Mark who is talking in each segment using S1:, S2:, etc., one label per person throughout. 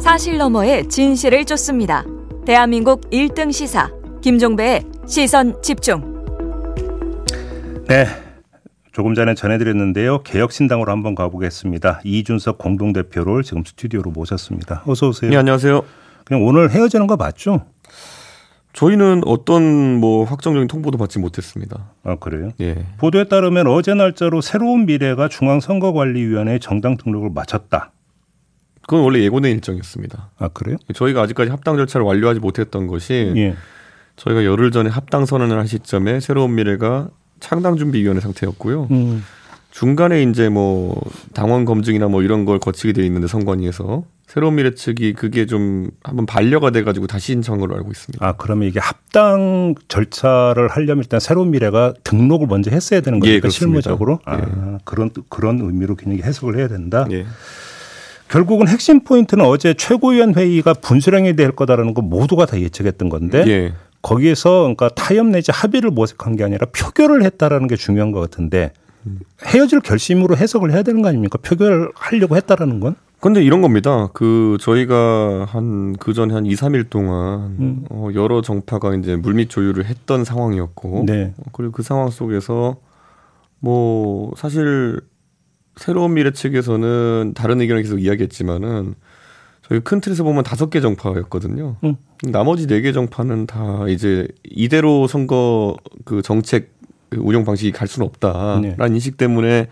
S1: 사실 너머의 진실을 쫓습니다. 대한민국 1등 시사 김종배의 시선 집중.
S2: 네. 조금 전에 전해드렸는데요. 개혁신당으로 한번 가보겠습니다. 이준석 공동대표를 지금 스튜디오로 모셨습니다. 어서 오세요.
S3: 네, 안녕하세요.
S2: 그냥 오늘 헤어지는 거 맞죠?
S3: 저희는 어떤 뭐 확정적인 통보도 받지 못했습니다.
S2: 아 그래요?
S3: 예.
S2: 보도에 따르면 어제 날짜로 새로운 미래가 중앙선거관리위원회 정당 등록을 마쳤다.
S3: 그건 원래 예고된 일정이었습니다.
S2: 아 그래요?
S3: 저희가 아직까지 합당 절차를 완료하지 못했던 것이
S2: 예.
S3: 저희가 열흘 전에 합당 선언을 한 시점에 새로운 미래가 창당 준비 위원회 상태였고요.
S2: 음.
S3: 중간에 이제 뭐 당원 검증이나 뭐 이런 걸 거치게 돼 있는데 선관위에서 새로운 미래 측이 그게 좀 한번 반려가 돼 가지고 다시 신청한 걸로 알고 있습니다.
S2: 아 그러면 이게 합당 절차를 하려면 일단 새로운 미래가 등록을 먼저 했어야 되는
S3: 예,
S2: 거니까
S3: 그렇습니다.
S2: 실무적으로
S3: 예.
S2: 아, 그런 그런 의미로 그냥 해석을 해야 된다.
S3: 예.
S2: 결국은 핵심 포인트는 어제 최고위원 회의가 분수령이 될 거다라는 거 모두가 다 예측했던 건데
S3: 예.
S2: 거기에서 그러니까 타협 내지 합의를 모색한 게 아니라 표결을 했다라는 게 중요한 것 같은데 헤어질 결심으로 해석을 해야 되는 거 아닙니까? 표결을 하려고 했다라는 건?
S3: 근데 이런 겁니다. 그 저희가 한 그 전에 한 2, 3일 동안 어, 여러 정파가 이제 물밑 조율을 했던 상황이었고
S2: 네.
S3: 어, 그리고 그 상황 속에서 뭐 사실 새로운 미래 측에서는 다른 의견을 계속 이야기했지만은 저희 큰 틀에서 보면 다섯 개 정파였거든요.
S2: 음.
S3: 나머지 네 개 정파는 다 이제 이대로 선거 그 정책 그 운영 방식이 갈 수는 없다라는
S2: 네.
S3: 인식 때문에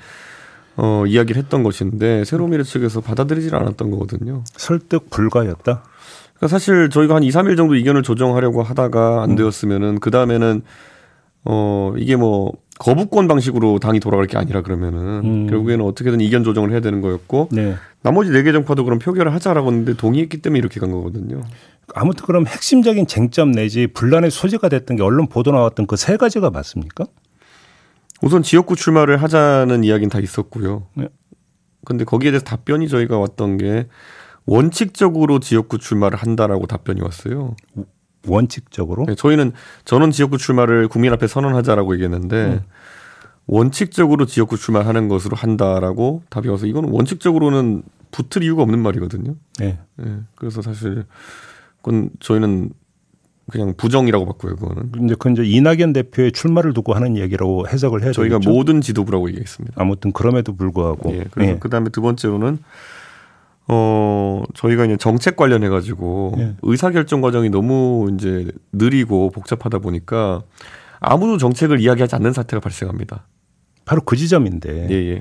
S3: 어 이야기를 했던 것인데 새로운 미래 측에서 받아들이질 않았던 거거든요.
S2: 설득 불가였다.
S3: 그러니까 사실 저희가 한 2, 3일 정도 의견을 조정하려고
S2: 음.
S3: 하다가 안 되었으면은 그 다음에는 어 이게 뭐 거부권 방식으로 당이 돌아갈 게 아니라 그러면은
S2: 음.
S3: 결국에는 어떻게든 의견 조정을 해야 되는 거였고
S2: 네.
S3: 나머지 네 개 정파도 그럼 표결을 하자라고 했는데 동의했기 때문에 이렇게 간 거거든요.
S2: 아무튼 그럼 핵심적인 쟁점 내지 분란의 소지가 됐던 게 언론 보도 나왔던 그 세 가지가 맞습니까?
S3: 우선 지역구 출마를 하자는 이야기는 다 있었고요.
S2: 네.
S3: 근데 거기에 대해서 답변이 저희가 왔던 게 원칙적으로 지역구 출마를 한다라고 답변이 왔어요.
S2: 원칙적으로.
S3: 네, 저희는 전원 지역구 출마를 국민 앞에 선언하자라고 얘기했는데 원칙적으로 지역구 출마하는 것으로 한다라고 답이 와서 이거는 원칙적으로는 붙을 이유가 없는 말이거든요.
S2: 네.
S3: 예, 그래서 사실 그건 저희는 그냥 부정이라고 봤고요. 그거는
S2: 이제 그 이제 이낙연 대표의 출마를 두고 하는 얘기라고 해석을 해야
S3: 저희가
S2: 되겠죠?
S3: 모든 지도부라고 얘기했습니다.
S2: 아무튼 그럼에도 불구하고
S3: 예, 그래서
S2: 예.
S3: 그 다음에 두 번째로는 어 저희가 이제 정책 관련해 가지고
S2: 예.
S3: 의사 결정 과정이 너무 이제 느리고 복잡하다 보니까 아무도 정책을 이야기하지 않는 사태가 발생합니다.
S2: 바로 그 지점인데.
S3: 예, 예.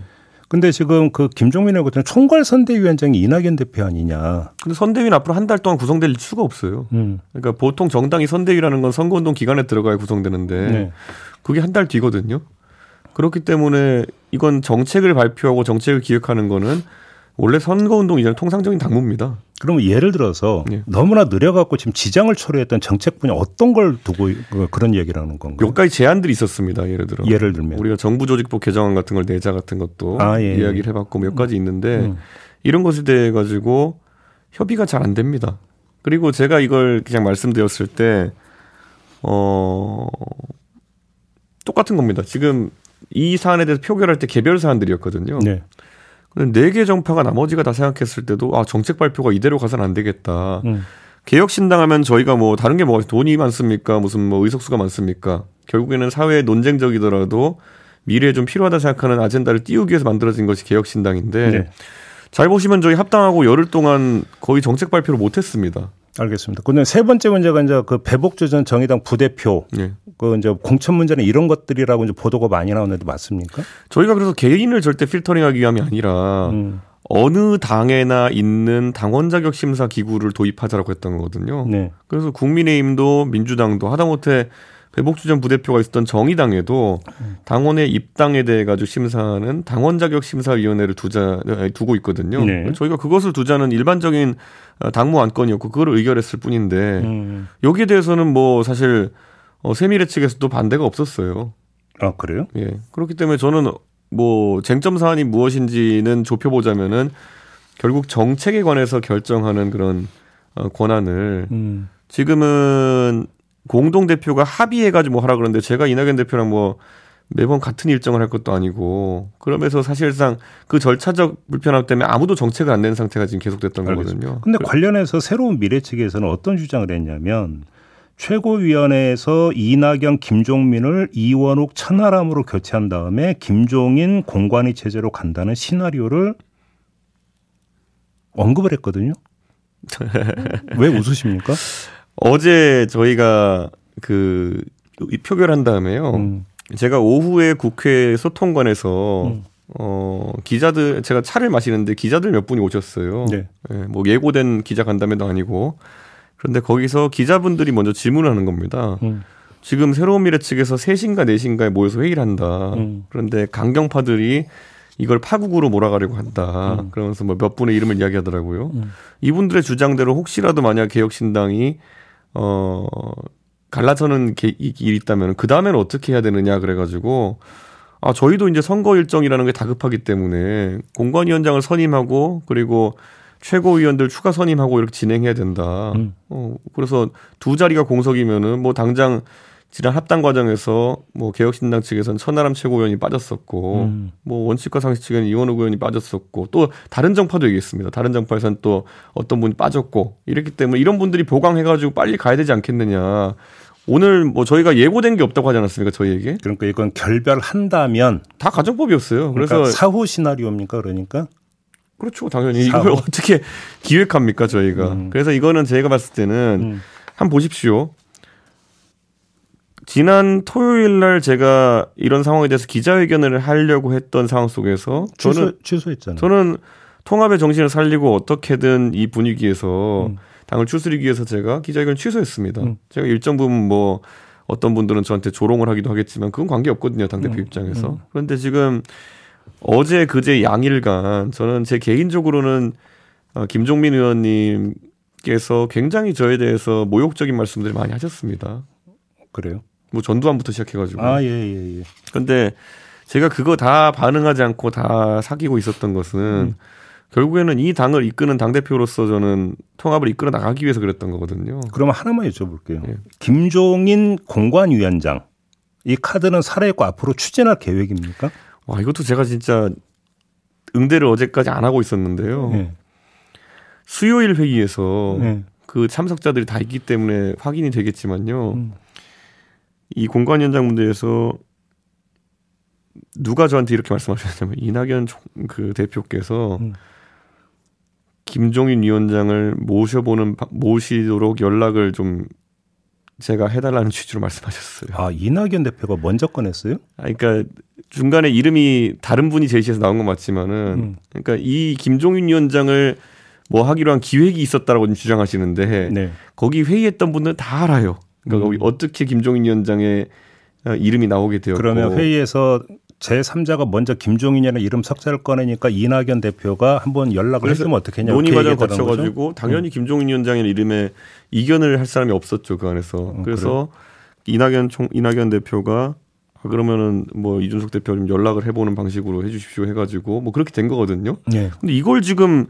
S3: 근데
S2: 근데 지금 그 김종민의 같은 총괄 선대위원장이 이낙연 대표 아니냐.
S3: 선대위는 앞으로 한 달 동안 구성될 수가 없어요. 그러니까 보통 정당이 선대위라는 건 선거운동 기간에 들어가야 구성되는데
S2: 네.
S3: 그게 한 달 뒤거든요. 그렇기 때문에 이건 정책을 발표하고 정책을 기획하는 거는 원래 선거운동 이전에 통상적인 당무입니다.
S2: 그러면 예를 들어서
S3: 예.
S2: 너무나 느려갖고 지금 지장을 초래했던 정책 분야 어떤 걸 두고 그- 그런 얘기를 하는 건가요?
S3: 몇 가지 제안들이 있었습니다. 네. 예를 들어
S2: 예를 들면.
S3: 우리가 정부 조직법 개정안 같은 걸 내자 같은 것도
S2: 아, 예, 예.
S3: 이야기를 해봤고 몇 가지 있는데
S2: 음.
S3: 이런 것에 대해 가지고 협의가 잘 안 됩니다. 그리고 제가 이걸 그냥 말씀드렸을 때 어. 똑같은 겁니다. 지금 이 사안에 대해서 표결할 때 개별 사안들이었거든요.
S2: 네.
S3: 근데 네 개 정파가 나머지가 다 생각했을 때도 아 정책 발표가 이대로 가선 안 되겠다.
S2: 음.
S3: 개혁신당하면 저희가 뭐 다른 게 뭐가 돈이 많습니까? 무슨 뭐 의석수가 많습니까? 결국에는 사회에 논쟁적이더라도 미래에 좀 필요하다 생각하는 아젠다를 띄우기 위해서 만들어진 것이 개혁신당인데
S2: 네.
S3: 잘 보시면 저희 합당하고 열흘 동안 거의 정책 발표를 못했습니다.
S2: 알겠습니다. 근데 세 번째 문제가 이제 그 배복주 전 정의당 부대표
S3: 예.
S2: 그 이제 공천 문제는 이런 것들이라고 이제 보도가 많이 나오는데 맞습니까?
S3: 저희가 그래서 개인을 절대 필터링하기 위함이 아니라
S2: 음.
S3: 어느 당에나 있는 당원 자격 심사 기구를 도입하자라고 했던 거거든요.
S2: 네.
S3: 그래서 국민의힘도 민주당도 하다못해 배복주 전 부대표가 있었던 정의당에도 당원의 입당에 대해 가지고 심사하는 당원 자격 심사위원회를 두자 에, 두고 있거든요.
S2: 네.
S3: 저희가 그것을 두자는 일반적인 어, 당무 안건이었고 그걸 의결했을 뿐인데
S2: 음.
S3: 여기에 대해서는 뭐 사실 어, 세미래 측에서도 반대가 없었어요.
S2: 아 그래요?
S3: 예. 그렇기 때문에 저는 뭐 쟁점 사안이 무엇인지는 좁혀보자면은 결국 정책에 관해서 결정하는 그런 어, 권한을
S2: 음.
S3: 지금은 공동 대표가 합의해가지고 뭐 하라 그러는데 제가 이낙연 대표랑 뭐 매번 같은 일정을 할 것도 아니고 그러면서 사실상 그 절차적 불편함 때문에 아무도 정책을 안 낸 상태가 지금 계속됐던
S2: 알겠습니다.
S3: 거거든요.
S2: 근데
S3: 그래-
S2: 관련해서 새로운 미래 측에서는 어떤 주장을 했냐면 최고위원회에서 이낙연, 김종민을 이원욱, 천하람으로 교체한 다음에 김종인 공관위 체제로 간다는 시나리오를 언급을 했거든요. 왜 웃으십니까?
S3: 어. 어제 저희가 그 이 표결한 다음에요.
S2: 음.
S3: 제가 오후에 국회 소통관에서
S2: 음.
S3: 어, 기자들 제가 차를 마시는데 기자들 몇 분이 오셨어요.
S2: 네.
S3: 예, 뭐 예고된 기자 간담회도 아니고 그런데 거기서 기자분들이 먼저 질문을 하는 겁니다.
S2: 음.
S3: 지금 새로운 미래 측에서 3시인가 4시인가에 모여서 회의를 한다.
S2: 음.
S3: 그런데 강경파들이 이걸 파국으로 몰아가려고 한다.
S2: 음.
S3: 그러면서 뭐 몇 분의 이름을 이야기하더라고요. 이분들의 주장대로 혹시라도 만약 개혁신당이 어 갈라서는 게- 이- 일이 있다면 그 다음에는 어떻게 해야 되느냐 그래가지고 아 저희도 이제 선거 일정이라는 게 다급하기 때문에 공관위원장을 선임하고 그리고 최고위원들 추가 선임하고 이렇게 진행해야 된다.
S2: 음.
S3: 어 그래서 두 자리가 공석이면은 뭐 당장 지난 합당 과정에서 뭐 개혁신당 측에선 천하람 최고위원이 빠졌었고
S2: 음.
S3: 뭐 원칙과 상식 측에는 이원우 의원이 빠졌었고 또 다른 정파도 얘기했습니다. 다른 정파에선 또 어떤 분이 빠졌고 이랬기 때문에 이런 분들이 보강해가지고 빨리 가야 되지 않겠느냐. 오늘 뭐 저희가 예고된 게 없다고 하지 않았습니까? 저희에게
S2: 그러니까 이건 결별한다면
S3: 다 가정법이었어요.
S2: 그러니까
S3: 그래서
S2: 사후 시나리오입니까? 그러니까
S3: 그렇죠. 당연히 이걸
S2: 사후.
S3: 어떻게 기획합니까? 저희가 그래서 이거는 제가 봤을 때는
S2: 음.
S3: 한번 보십시오. 지난 토요일 날 제가 이런 상황에 대해서 기자회견을 하려고 했던 상황 속에서 저는
S2: 취소, 취소했잖아요.
S3: 음. 저는 통합의 정신을 살리고 어떻게든 이 분위기에서 당을 추스리기 위해서 제가 기자회견을 취소했습니다. 제가 일정 부분 뭐 어떤 분들은 저한테 조롱을 하기도 하겠지만 그건 관계 없거든요. 당대표 입장에서. 그런데 지금 어제 그제 양일간 저는 제 개인적으로는 어, 김종민 의원님께서 굉장히 저에 대해서 모욕적인 말씀들을 많이 하셨습니다.
S2: 그래요.
S3: 뭐 전두환부터 시작해가지고.
S2: 아, 예, 예, 예.
S3: 근데 제가 그거 다 반응하지 않고 다 사귀고 있었던 것은 결국에는 이 당을 이끄는 당대표로서 저는 통합을 이끌어 나가기 위해서 그랬던 거거든요.
S2: 그러면 하나만 여쭤볼게요.
S3: 예.
S2: 김종인 공관위원장 이 카드는 살아있고 앞으로 추진할 계획입니까?
S3: 와, 이것도 제가 진짜 응대를 어제까지 안 하고 있었는데요.
S2: 예.
S3: 수요일 회의에서
S2: 예.
S3: 그 참석자들이 다 있기 때문에 확인이 되겠지만요.
S2: 음.
S3: 이 공관 현장 문제에서 누가 저한테 이렇게 말씀하셨냐면 이낙연 총- 그 대표께서
S2: 음.
S3: 김종인 위원장을 모셔보는 바- 모시도록 연락을 좀 제가 해달라는 취지로 말씀하셨어요.
S2: 아 이낙연 대표가 먼저 꺼냈어요?
S3: 아, 그러니까 중간에 이름이 다른 분이 제시해서 나온 건 맞지만은
S2: 음.
S3: 그러니까 이 김종인 위원장을 뭐 하기로 한 기획이 있었다라고 지금 주장하시는데
S2: 네.
S3: 거기 회의했던 분들은 다 알아요. 그러니까
S2: 음.
S3: 거기 어떻게 김종인 위원장의 어, 이름이 나오게 되었고
S2: 그러면 회의에서 제 3자가 먼저 김종인이라는 이름 석자를 꺼내니까 이낙연 대표가 한번 연락을
S3: 그래서
S2: 해주면 어떻겠냐
S3: 논의
S2: 이렇게
S3: 과정
S2: 얘기했다는 거죠? 음.
S3: 거쳐가지고 당연히 김종인 위원장의 이름에 이견을 할 사람이 없었죠 그 안에서.
S2: 음,
S3: 그래서 이낙연 총 이낙연 대표가 아, 그러면은 뭐 이준석 대표 좀 연락을 해보는 방식으로 해주십시오 해가지고 뭐 그렇게 된 거거든요.
S2: 네.
S3: 근데 이걸 지금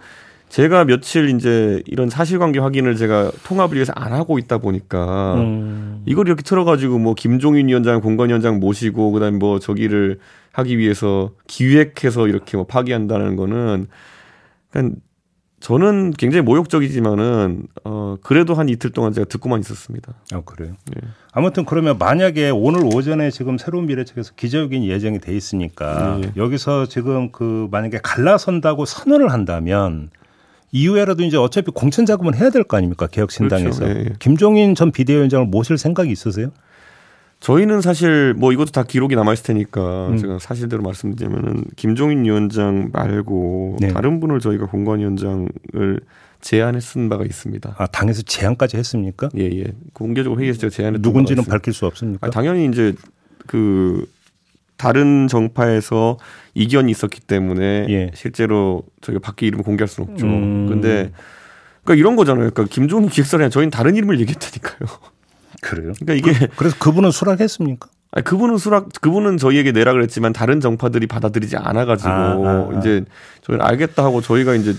S3: 제가 며칠 이제 이런 사실관계 확인을 제가 통합을 위해서 안 하고 있다 보니까
S2: 음.
S3: 이걸 이렇게 틀어가지고 뭐 김종인 위원장, 공관 위원장 모시고 그다음 뭐 저기를 하기 위해서 기획해서 이렇게 뭐 파기한다는 거는 그러니까 저는 굉장히 모욕적이지만은 어 그래도 한 이틀 동안 제가 듣고만 있었습니다.
S2: 아 그래요.
S3: 예.
S2: 아무튼 그러면 만약에 오늘 오전에 지금 새로운 미래 측에서 기자회견 예정이 돼 있으니까
S3: 예.
S2: 여기서 지금 그 만약에 갈라선다고 선언을 한다면 이후에라도 이제 어차피 공천 자금은 해야 될 거 아닙니까 개혁신당에서
S3: 그렇죠. 예, 예.
S2: 김종인 전 비대위원장을 모실 생각이 있으세요?
S3: 저희는 사실 뭐 이것도 다 기록이 남아 있을 테니까
S2: 음.
S3: 제가 사실대로 말씀드리면은 김종인 위원장 말고
S2: 네.
S3: 다른 분을 저희가 공관 위원장을 제안에 쓴 바가 있습니다.
S2: 아 당에서 제안까지 했습니까?
S3: 예, 예. 공개적으로 회의에서 제가 제안을
S2: 누군지는 밝힐 수 없습니까?
S3: 네, 아, 당연히 이제 그 다른 정파에서 이견이 있었기 때문에
S2: 예.
S3: 실제로 저희가 밖에 이름을 공개할 수는 없죠.
S2: 음.
S3: 근데 그러니까 이런 거잖아요. 그러니까 김종인 기획사랑 저희는 다른 이름을 얘기했다니까요.
S2: 그래요.
S3: 그러니까 이게
S2: 그래서 그분은 수락했습니까?
S3: 아니, 그분은 수락 그분은 저희에게 내락을 했지만 다른 정파들이 받아들이지 않아가지고
S2: 아, 아, 아.
S3: 이제 저희는 알겠다 하고 저희가 이제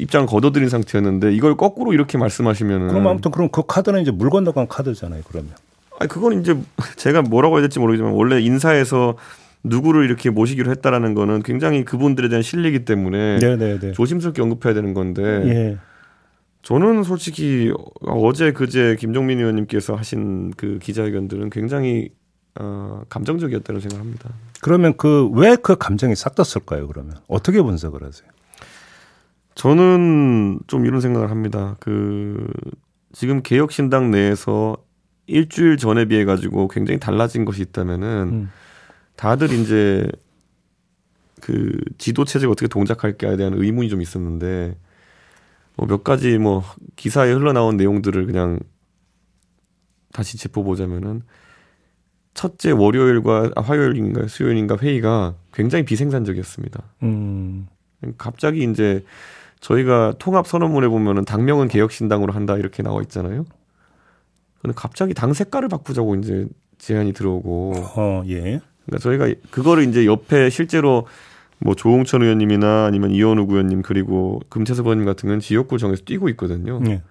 S3: 입장을 거둬들인 상태였는데 이걸 거꾸로 이렇게 말씀하시면은
S2: 그럼 아무튼 그럼 그 카드는 이제 물 건너간 카드잖아요. 그러면
S3: 아니 그건 이제 제가 뭐라고 해야 될지 모르겠지만 원래 인사에서 누구를 이렇게 모시기로 했다라는 거는 굉장히 그분들에 대한 신뢰이기 때문에
S2: 네네네.
S3: 조심스럽게 언급해야 되는 건데
S2: 예.
S3: 저는 솔직히 어제 그제 김종민 의원님께서 하신 그 기자회견들은 굉장히 어, 감정적이었다는 생각합니다.
S2: 그러면 그 왜 그 감정이 싹 떴을까요? 그러면 어떻게 분석을 하세요?
S3: 저는 좀 이런 생각을 합니다. 그 지금 개혁신당 내에서 일주일 전에 비해 가지고 굉장히 달라진 것이 있다면은
S2: 음.
S3: 다들 이제 그 지도 체제가 어떻게 동작할까에 대한 의문이 좀 있었는데 뭐 몇 가지 뭐 기사에 흘러나온 내용들을 그냥 다시 짚어보자면은 첫째 월요일과 아, 화요일인가 수요일인가 회의가 굉장히 비생산적이었습니다.
S2: 음.
S3: 갑자기 이제 저희가 통합 선언문에 보면은 당명은 개혁신당으로 한다 이렇게 나와 있잖아요. 근데 갑자기 당 색깔을 바꾸자고 이제 제안이 들어오고
S2: 어, 예.
S3: 그러니까 저희가 그거를 이제 옆에 실제로 뭐 조홍천 의원님이나 아니면 이현우 의원님 그리고 금태섭 의원님 같은 경우는 지역구 정해서 뛰고 있거든요.
S2: 예.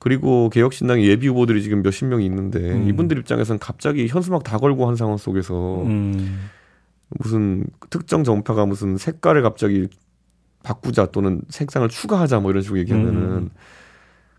S3: 그리고 개혁신당 예비 후보들이 지금 몇십 명이 있는데
S2: 음.
S3: 이분들 입장에선 갑자기 현수막 다 걸고 한 상황 속에서
S2: 음.
S3: 무슨 특정 정파가 무슨 색깔을 갑자기 바꾸자 또는 색상을 추가하자 뭐 이런 식으로 얘기하면은
S2: 음.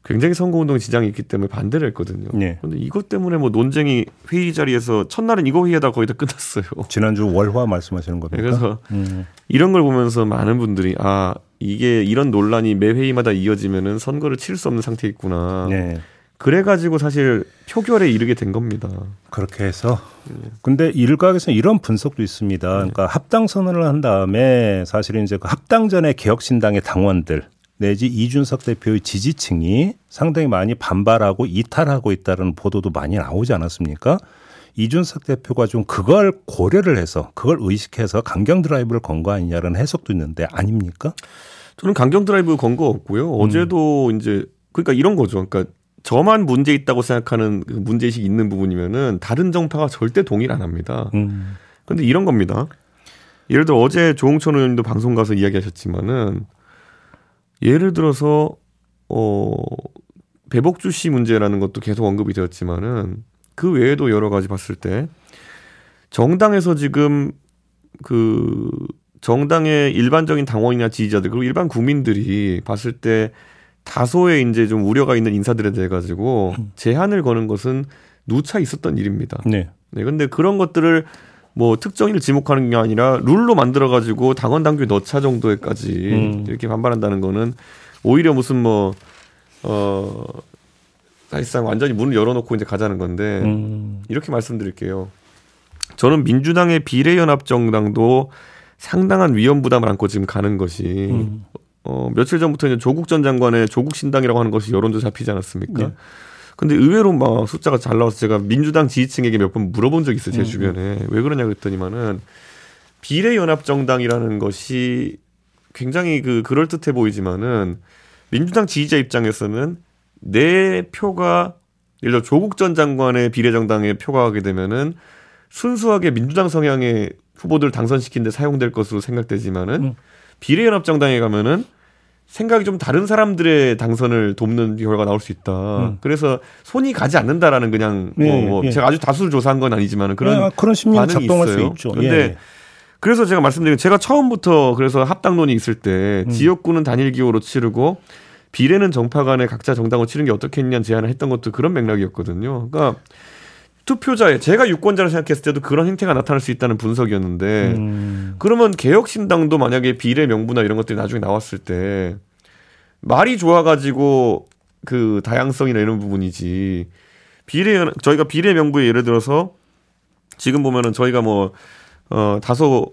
S3: 굉장히 선거운동 지장이 있기 때문에 반대를 했거든요.
S2: 예.
S3: 근데 이것 때문에 뭐 논쟁이 회의 자리에서 첫날은 이거 회의하다 거의 다 끝났어요. 네,
S2: 지난주 월화 말씀하시는 겁니까?
S3: 그래서
S2: 그러니까? 음.
S3: 이런 걸 보면서 많은 분들이 아 이게 이런 논란이 매 회의마다 이어지면은 선거를 치를 수 없는 상태겠구나.
S2: 예.
S3: 그래가지고 사실 표결에 이르게 된 겁니다.
S2: 그렇게 해서
S3: 예.
S2: 근데 일각에서는 이런 분석도 있습니다. 그러니까 합당 선언을 한 다음에 사실은 이제 그 합당 전에 개혁신당의 당원들 내지 이준석 대표의 지지층이 상당히 많이 반발하고 이탈하고 있다는 보도도 많이 나오지 않았습니까? 이준석 대표가 좀 그걸 고려를 해서 그걸 의식해서 강경 드라이브를 건 거 아니냐라는 해석도 있는데 아닙니까?
S3: 저는 강경 드라이브 건 거 없고요. 어제도 이제 그러니까 이런 거죠. 그러니까 저만 문제 있다고 생각하는 그 문제의식 있는 부분이면은 다른 정파가 절대 동의를 안 합니다.
S2: 음.
S3: 근데 이런 겁니다. 예를 들어 어제 조홍천 의원님도 방송 가서 이야기하셨지만은 예를 들어서 어 배복주 씨 문제라는 것도 계속 언급이 되었지만은 그 외에도 여러 가지 봤을 때 정당에서 지금 그 정당의 일반적인 당원이나 지지자들 그리고 일반 국민들이 봤을 때 다소의 이제 좀 우려가 있는 인사들에 대해 가지고 제한을 거는 것은 누차 있었던 일입니다.
S2: 네.
S3: 네, 근데 그런 것들을 뭐 특정인을 지목하는 게 아니라 룰로 만들어 가지고 당원 당규에 넣자 정도에까지
S2: 음.
S3: 이렇게 반발한다는 거는 오히려 무슨 뭐 어, 사실상 완전히 문을 열어놓고 이제 가자는 건데
S2: 음.
S3: 이렇게 말씀드릴게요. 저는 민주당의 비례연합정당도 상당한 위험 부담을 안고 지금 가는 것이 어, 며칠 전부터 이제 조국 전 장관의 조국 신당이라고 하는 것이 여론조 잡히지 않았습니까?
S2: 네.
S3: 근데 의외로 막 숫자가 잘 나와서 제가 민주당 지지층에게 몇 번 물어본 적이 있어요 제 주변에 왜 그러냐 그랬더니만은 비례연합정당이라는 것이 굉장히 그 그럴 듯해 보이지만은 민주당 지지자 입장에서는 내 표가 예를 들어 조국 전 장관의 비례정당에 표가 가게 되면은 순수하게 민주당 성향의 후보들 당선시킨 데 사용될 것으로 생각되지만은
S2: 음.
S3: 비례연합정당에 가면은 생각이 좀 다른 사람들의 당선을 돕는 결과가 나올 수 있다.
S2: 음.
S3: 그래서 손이 가지 않는다라는 그냥 뭐,
S2: 예,
S3: 뭐
S2: 예.
S3: 제가 아주 다수를 조사한 건 아니지만은 그런
S2: 아, 그런 심리는
S3: 반응이
S2: 작동할 수
S3: 있어요.
S2: 있죠. 예.
S3: 근데 그래서 제가 말씀드린 제가 처음부터 그래서 합당론이 있을 때 지역구는 단일 기호로 치르고 비례는 정파 간에 각자 정당으로 치는 게 어떻겠냐는 제안을 했던 것도 그런 맥락이었거든요. 그러니까 투표자의 제가 유권자를 생각했을 때도 그런 행태가 나타날 수 있다는 분석이었는데
S2: 음.
S3: 그러면 개혁신당도 만약에 비례 명부나 이런 것들이 나중에 나왔을 때 말이 좋아가지고 그 다양성이나 이런 부분이지 비례 저희가 비례 명부에 예를 들어서 지금 보면은 저희가 뭐 어, 다소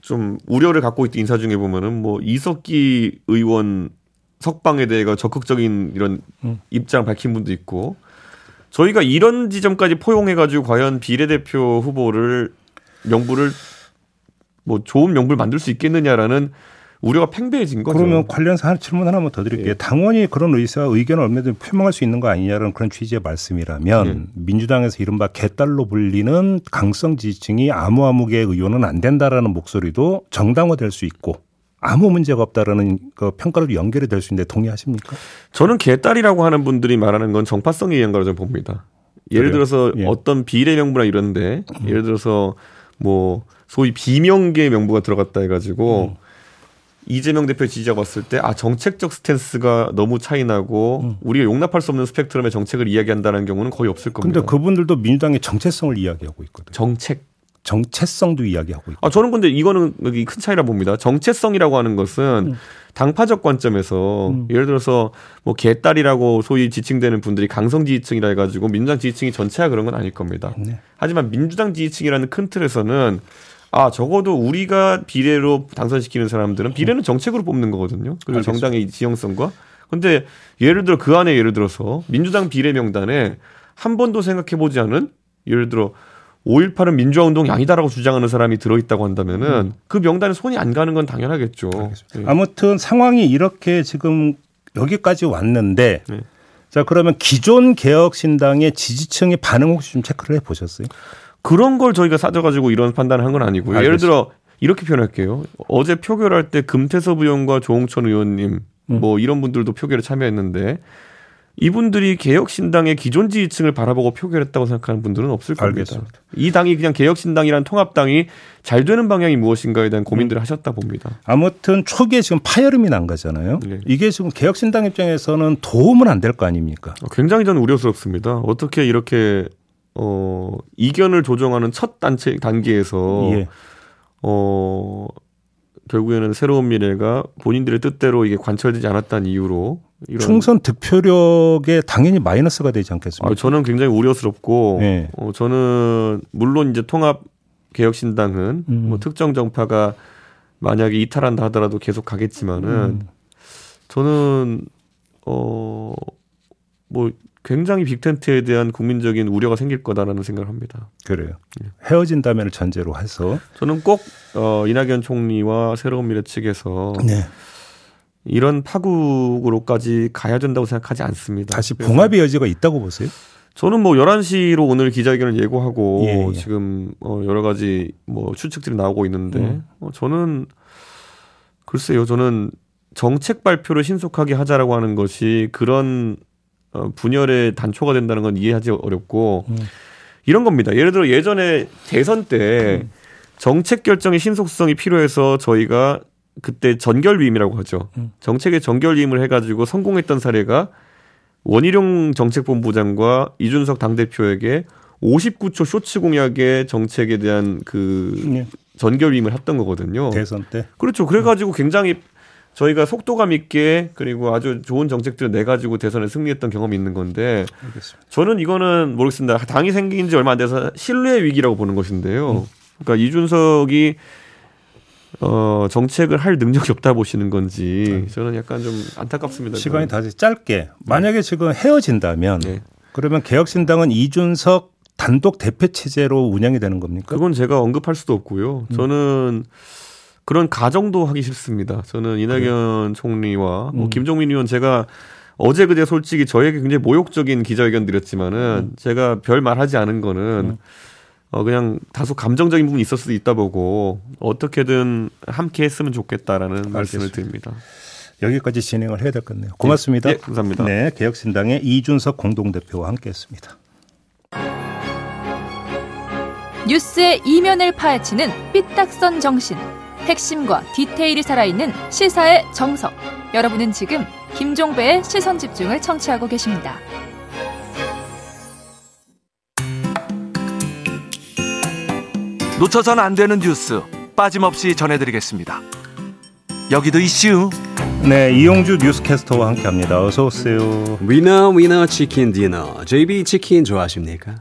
S3: 좀 우려를 갖고 있던 인사 중에 보면은 뭐 이석기 의원 석방에 대해 가 적극적인 이런
S2: 음.
S3: 입장 밝힌 분도 있고 저희가 이런 지점까지 포용해가지고 과연 비례대표 후보를 명부를 뭐 좋은 명부를 만들 수 있겠느냐라는 우려가 팽배해진 거죠.
S2: 그러면 관련해서 한 질문 하나만 더 드릴게요.
S3: 예.
S2: 당원이 그런 의사와 의견을 얼마든지 표명할 수 있는 거 아니냐라는 그런 취지의 말씀이라면
S3: 예.
S2: 민주당에서 이른바 개딸로 불리는 강성 지지층이 아무 아무개 의원은 안 된다라는 목소리도 정당화될 수 있고 아무 문제가 없다라는 그 평가로 연결이 될 수 있는데 동의하십니까?
S3: 저는 개딸이라고 하는 분들이 말하는 건 정파성에 의한 거라고 저는 봅니다. 예를
S2: 그래요?
S3: 들어서
S2: 예. 음.
S3: 어떤 비례 명부나 이런데 예를 들어서 뭐 소위 비명계 명부가 들어갔다 해가지고
S2: 음.
S3: 이재명 대표 지지자가 봤을 때 아 정책적 스탠스가 너무 차이나고
S2: 음.
S3: 우리가 용납할 수 없는 스펙트럼의 정책을 이야기한다는 경우는 거의 없을 겁니다.
S2: 근데 그분들도 민주당의 정체성을 이야기하고 있거든요.
S3: 정책
S2: 정체성도 이야기하고 있고.
S3: 아 저는 근데 이거는 여기 큰 차이라 봅니다. 정체성이라고 하는
S2: 음.
S3: 것은 당파적 관점에서 예를 들어서 뭐 개딸이라고 소위 지칭되는 분들이 강성 지지층이라 해가지고 민주당 지지층이 전체야 그런 건 아닐 겁니다.
S2: 네.
S3: 하지만 민주당 지지층이라는 큰 틀에서는 아 적어도 우리가 비례로 당선시키는 사람들은 비례는 정책으로 뽑는 거거든요. 그리고
S2: 알겠습니다.
S3: 정당의 지형성과 근데 예를 들어 그 안에 예를 들어서 민주당 비례 명단에 한 번도 생각해 보지 않은 예를 들어 5.18은 민주화운동 양이다라고 주장하는 사람이 들어있다고 한다면은
S2: 음.
S3: 그 명단에 손이 안 가는 건 당연하겠죠. 예.
S2: 아무튼 상황이 이렇게 지금 여기까지 왔는데
S3: 네.
S2: 자 그러면 기존 개혁신당의 지지층의 반응 혹시 좀 체크를 해 보셨어요?
S3: 그런 걸 저희가 따져가지고 이런 판단을 한 건 아니고요. 예를 들어 이렇게 표현할게요. 어제 표결할 때 금태섭 의원과 조홍천 의원님
S2: 음.
S3: 뭐 이런 분들도 표결에 참여했는데 이분들이 개혁신당의 기존 지지층을 바라보고 표결했다고 생각하는 분들은 없을 겁니다.
S2: 알겠습니다.
S3: 이 당이 그냥 개혁신당이란 통합당이 잘 되는 방향이 무엇인가에 대한
S2: 음.
S3: 고민들을 하셨다 봅니다.
S2: 아무튼 초기에 지금 파열음이 난 거잖아요.
S3: 네.
S2: 이게 지금 개혁신당 입장에서는 도움은 안 될 거 아닙니까?
S3: 굉장히 저는 우려스럽습니다. 어떻게 이렇게 어 이견을 조정하는 첫 단체 단계에서
S2: 예.
S3: 어 결국에는 새로운 미래가 본인들의 뜻대로 이게 관철되지 않았다는 이유로 이런
S2: 총선 득표력에 당연히 마이너스가 되지 않겠습니까?
S3: 아, 저는 굉장히 우려스럽고
S2: 예.
S3: 어, 저는 물론 이제 통합 개혁신당은
S2: 음.
S3: 뭐 특정 정파가 만약에 이탈한다 하더라도 계속 가겠지만은
S2: 음.
S3: 저는 어 뭐 굉장히 빅텐트에 대한 국민적인 우려가 생길 거다라는 생각을 합니다.
S2: 그래요. 예. 헤어진다면을 전제로 해서
S3: 저는 꼭 어, 이낙연 총리와 새로운 미래 측에서
S2: 네.
S3: 이런 파국으로까지 가야 된다고 생각하지 않습니다.
S2: 다시
S3: 그래서
S2: 봉합의 여지가 있다고 보세요.
S3: 저는 뭐 11시로 오늘 기자회견을 예고하고
S2: 예, 예.
S3: 지금 어 여러 가지 뭐 추측들이 나오고 있는데 어 저는 글쎄요. 저는 정책 발표를 신속하게 하자라고 하는 것이 그런 어 분열의 단초가 된다는 건 이해하지 어렵고 이런 겁니다. 예를 들어 예전에 대선 때 정책 결정의 신속성이 필요해서 저희가 그때 전결위임이라고 하죠. 정책의 전결위임을 해가지고 성공했던 사례가 원희룡 정책본부장과 이준석 당대표에게 59초 쇼츠 공약의 정책에 대한 그
S2: 네.
S3: 전결임을 했던 거거든요.
S2: 대선 때.
S3: 그렇죠. 그래가지고 굉장히 저희가 속도감 있게 그리고 아주 좋은 정책들을 내가지고 대선에 승리했던 경험이 있는 건데
S2: 알겠습니다.
S3: 저는 이거는 모르겠습니다. 당이 생긴 지 얼마 안 돼서 신뢰의 위기라고 보는
S2: 음.
S3: 것인데요. 그러니까 이준석이 어, 정책을 할 능력이 없다 보시는 건지
S2: 네.
S3: 저는 약간 좀 안타깝습니다.
S2: 시간이 다시 짧게 만약에 지금 헤어진다면
S3: 네.
S2: 그러면 개혁신당은 이준석 단독 대표 체제로 운영이 되는 겁니까?
S3: 그건 제가 언급할 수도 없고요. 저는 그런 가정도 하기 싫습니다. 저는 이낙연 총리와 뭐 김종민 의원 제가 어제 그제 솔직히 저에게 굉장히 모욕적인 기자회견 드렸지만은 제가 별 말하지 않은 거는 어 그냥 다소 감정적인 부분이 있을 수도 있다 보고 어떻게든 함께 했으면 좋겠다라는 말씀을 드립니다.
S2: 여기까지 진행을 해야 될 것 같네요. 고맙습니다.
S3: 예, 예, 감사합니다.
S2: 네, 개혁신당의 이준석 공동대표와 함께했습니다.
S1: 뉴스의 이면을 파헤치는 삐딱선 정신. 핵심과 디테일이 살아있는 시사의 정석. 여러분은 지금 김종배의 시선 집중을 청취하고 계십니다.
S4: 놓쳐선 안 되는 뉴스 빠짐없이 전해드리겠습니다. 여기도 이슈.
S2: 네, 이용주 뉴스캐스터와 함께합니다. 어서 오세요.
S5: 위너 위너 치킨 디너 JB 치킨 좋아하십니까?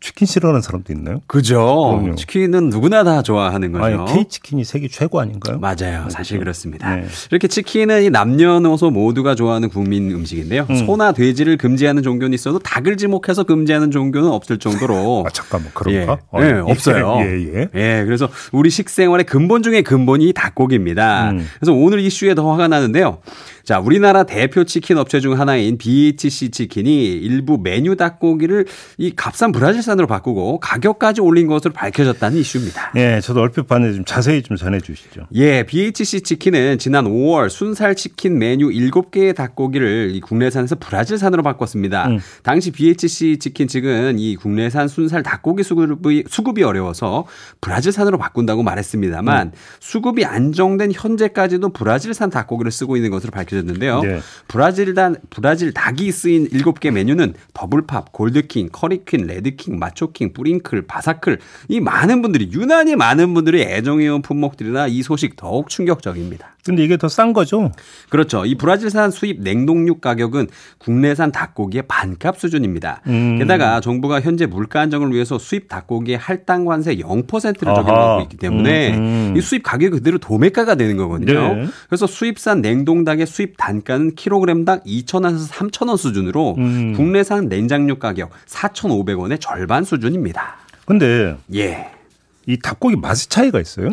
S2: 치킨 싫어하는 사람도 있나요?
S5: 그죠.
S2: 그럼요.
S5: 치킨은 누구나 다 좋아하는 거죠.
S2: 아니, K 치킨이 세계 최고 아닌가요?
S5: 맞아요. 사실 그렇습니다.
S2: 네.
S5: 이렇게 치킨은 이 남녀노소 모두가 좋아하는 국민 음식인데요. 소나 돼지를 금지하는 종교는 있어도 닭을 지목해서 금지하는 종교는 없을 정도로
S2: 아 잠깐만 그런가?
S5: 예.
S2: 어,
S5: 예,
S2: 예,
S5: 없어요.
S2: 예, 예.
S5: 그래서 우리 식생활의 근본 중에 근본이 닭고기입니다.
S2: 음.
S5: 그래서 오늘 이슈에 더 화가 나는데요. 자, 우리나라 대표 치킨 업체 중 하나인 BHC 치킨이 일부 메뉴 닭고기를 이 값싼 브라질산으로 바꾸고 가격까지 올린 것으로 밝혀졌다는 이슈입니다.
S2: 예, 저도 얼핏 봤는데 좀 자세히 좀 전해 주시죠.
S5: 예, BHC 치킨은 지난 5월 순살 치킨 메뉴 7개의 닭고기를 이 국내산에서 브라질산으로 바꿨습니다.
S2: 음.
S5: 당시 BHC 치킨 측은 이 국내산 순살 닭고기 수급이, 수급이 어려워서 브라질산으로 바꾼다고
S2: 음.
S5: 말했습니다만 수급이 안정된 현재까지도 브라질산 닭고기를 쓰고 있는 것으로 밝혀졌는데요.
S2: 네.
S5: 브라질 단 브라질 닭이 쓰인 7개 메뉴는 더블팝, 골드킹, 커리퀸, 레드킹, 마초킹, 뿌링클, 바사클 이 많은 분들이 유난히 많은 분들이 애정해온 품목들이나 이 소식 더욱 충격적입니다.
S2: 근데 이게 더 싼 거죠?
S5: 그렇죠. 이 브라질산 수입 냉동육 가격은 국내산 닭고기의 반값 수준입니다.
S2: 음.
S5: 게다가 정부가 현재 물가 안정을 위해서 수입 닭고기의 할당 관세 0%를
S2: 아하.
S5: 적용하고 있기 때문에
S2: 음, 음.
S5: 이 수입 가격 그대로 도매가가 되는 거거든요.
S2: 네.
S5: 그래서 수입산 냉동닭의 수입 단가는 킬로그램당 2,000원에서 3,000원 수준으로
S2: 음.
S5: 국내산 냉장육 가격 4,500원의 절반 수준입니다.
S2: 근데
S5: 예.
S2: 이 닭고기 맛의 차이가 있어요?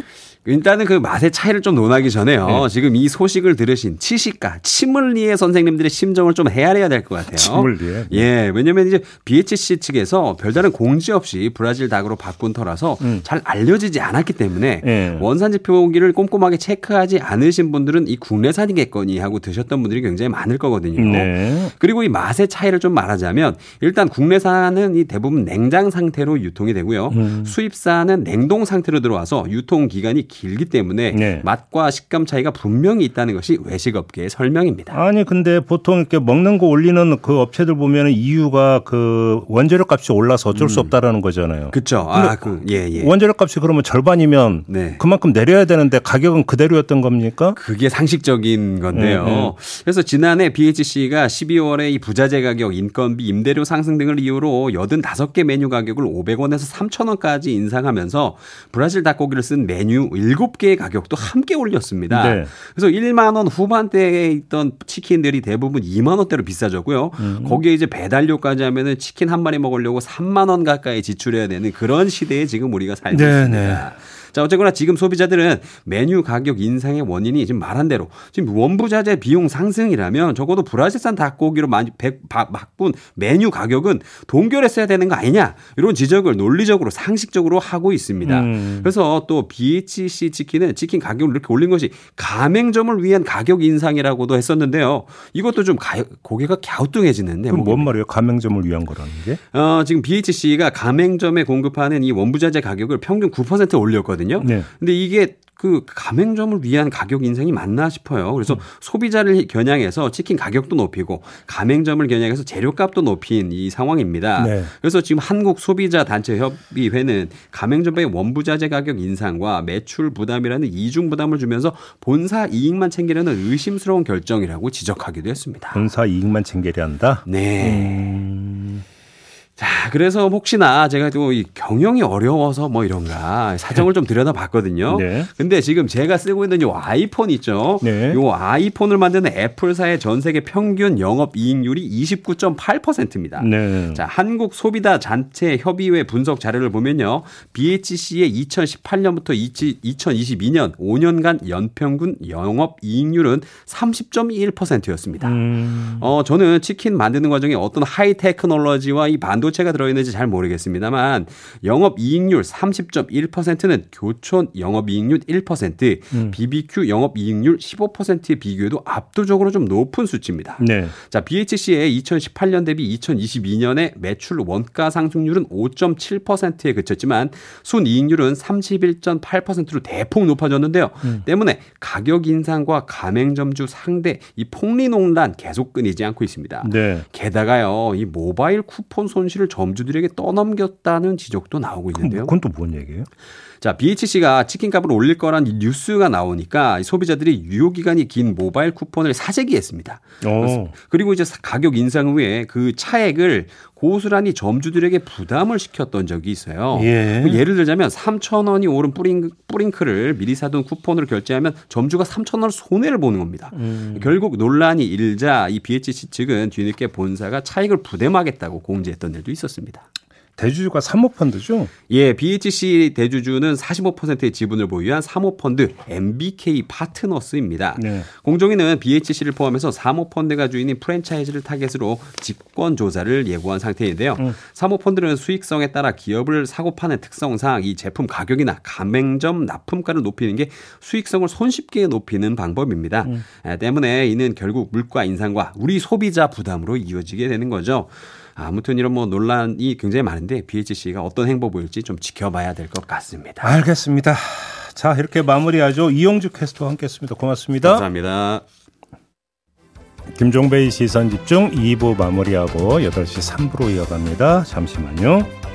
S5: 일단은 그 맛의 차이를 좀 논하기 전에요.
S2: 네.
S5: 지금 이 소식을 들으신 치식가, 치물리의 선생님들의 심정을 좀 헤아려야 될 것 같아요.
S2: 치물리에. 네.
S5: 예, 왜냐면 이제 BHC 측에서 별다른 공지 없이 브라질 닭으로 바꾼 터라서
S2: 음.
S5: 잘 알려지지 않았기 때문에
S2: 예.
S5: 원산 지표기를 꼼꼼하게 체크하지 않으신 분들은 이 국내산이겠거니 하고 드셨던 분들이 굉장히 많을 거거든요.
S2: 네.
S5: 그리고 이 맛의 차이를 좀 말하자면 일단 국내산은 이 대부분 냉장 상태로 유통이 되고요.
S2: 음.
S5: 수입산은 냉동 상태로 들어와서 유통 기간이 길기 때문에
S2: 네.
S5: 맛과 식감 차이가 분명히 있다는 것이 외식업계의 설명입니다.
S2: 아니 근데 보통 이렇게 먹는 거 올리는 그 업체들 보면은 이유가 그 원재료 값이 올라서 어쩔 수 없다라는 거잖아요.
S5: 음. 그렇죠. 아, 그 예, 예.
S2: 원재료 값이 그러면 절반이면
S5: 네.
S2: 그만큼 내려야 되는데 가격은 그대로였던 겁니까?
S5: 그게 상식적인 건데요.
S2: 네, 네.
S5: 그래서 지난해 BHC가 12월에 이 부자재 가격, 인건비, 임대료 상승 등을 이유로 85개 메뉴 가격을 500원에서 3,000원까지 인상하면서 브라질 닭고기를 쓴 메뉴 7개의 가격도 함께 올렸습니다.
S2: 네.
S5: 그래서 1만 원 후반대에 있던 치킨들이 대부분 2만 원대로 비싸졌고요.
S2: 음.
S5: 거기에 이제 배달료까지 하면은 치킨 한 마리 먹으려고 3만 원 가까이 지출해야 되는 그런 시대에 지금 우리가 살고
S2: 네,
S5: 있습니다. 자, 어쨌거나 지금 소비자들은 메뉴 가격 인상의 원인이 지금 말한 대로 지금 원부자재 비용 상승이라면 적어도 브라질산 닭고기로 마- 백- 바- 바꾼 메뉴 가격은 동결했어야 되는 거 아니냐 이런 지적을 논리적으로 상식적으로 하고 있습니다.
S2: 음.
S5: 그래서 또 BHC 치킨은 치킨 가격을 이렇게 올린 것이 가맹점을 위한 가격 인상이라고도 했었는데요. 이것도 좀 가- 고개가 뭐 갸우뚱해지는
S2: 그럼
S5: 대목입니다.
S2: 뭔 말이에요? 가맹점을 위한 거라는 게?
S5: 어, 지금 BHC가 가맹점에 공급하는 이 원부자재 가격을 평균 9% 올렸거든요.
S2: 네.
S5: 근데 이게 그 가맹점을 위한 가격 인상이 맞나 싶어요. 그래서
S2: 음.
S5: 소비자를 겨냥해서 치킨 가격도 높이고 가맹점을 겨냥해서 재료값도 높인 이 상황입니다.
S2: 네.
S5: 그래서 지금 한국 소비자 단체 협의회는 가맹점의 원부자재 가격 인상과 매출 부담이라는 이중 부담을 주면서 본사 이익만 챙기려는 의심스러운 결정이라고 지적하기도 했습니다.
S2: 본사 이익만 챙겨야 한다.
S5: 네. 자, 그래서 혹시나 제가 또 이 경영이 어려워서 뭐 이런가 사정을 좀 들여다봤거든요.
S2: 네.
S5: 근데 지금 제가 쓰고 있는 요 아이폰 있죠.
S2: 네.
S5: 요 아이폰을 만드는 애플사의 전 세계 평균 영업 이익률이 29.8%입니다.
S2: 네.
S5: 아, 자, 한국 소비자 단체 협의회 분석 자료를 보면요. BHC의 2018년부터 2022년 5년간 연평균 영업 이익률은 30.1%였습니다. 어, 저는 치킨 만드는 과정에 어떤 하이 테크놀로지와 이 반도체가 들어있는지 잘 모르겠습니다만 영업 이익률 30.1%는 교촌 영업 이익률 1%, BBQ 영업 이익률 15%에 비교해도 압도적으로 좀 높은 수치입니다.
S2: 네.
S5: 자, BHC의 2018년 대비 2022년에 매출 원가 상승률은 5.7%에 그쳤지만 순이익률은 31.8%로 대폭 높아졌는데요.
S2: 음.
S5: 때문에 가격 인상과 가맹점주 상대 이 폭리 논란 계속 끊이지 않고 있습니다.
S2: 네.
S5: 게다가요, 이 모바일 쿠폰 손실을 점주들에게 떠넘겼다는 지적도 나오고
S2: 그럼 뭐
S5: 있는데요.
S2: 그건 또 뭔 얘기예요?
S5: 자, BHC가 치킨값을 올릴 거란 이 뉴스가 나오니까 이 소비자들이 유효 기간이 긴 모바일 쿠폰을 사재기했습니다.
S2: 어.
S5: 그리고 이제 사- 가격 인상 후에 그 차액을 고스란히 점주들에게 부담을 시켰던 적이 있어요.
S2: 예.
S5: 뭐 예를 들자면 3,000원이 오른 뿌링, 뿌링크를 미리 사둔 쿠폰으로 결제하면 점주가 3,000원 손해를 보는 겁니다.
S2: 음.
S5: 결국 논란이 일자 이 BHC 측은 뒤늦게 본사가 차익을 부담하겠다고 공지했던 일도 있었습니다.
S2: 대주주가 사모펀드죠.
S5: 예, BHC 대주주는 45%의 지분을 보유한 사모펀드 MBK 파트너스입니다.
S2: 네.
S5: 공종인은 BHC를 포함해서 사모펀드가 주인인 프랜차이즈를 타겟으로 집권 조사를 예고한 상태인데요. 사모펀드는 수익성에 따라 기업을 사고 파는 특성상 이 제품 가격이나 가맹점 납품가를 높이는 게 수익성을 손쉽게 높이는 방법입니다. 아, 때문에 이는 결국 물가 인상과 우리 소비자 부담으로 이어지게 되는 거죠. 아무튼 이런 뭐 논란이 굉장히 많은데 BHC가 어떤 행보 보일지 좀 지켜봐야 될 것 같습니다.
S2: 알겠습니다. 자 이렇게 마무리하죠. 이용주 캐스터와 함께했습니다. 고맙습니다.
S5: 감사합니다.
S2: 김종배의 시선 집중 2부 마무리하고 8시 3부로 이어갑니다. 잠시만요.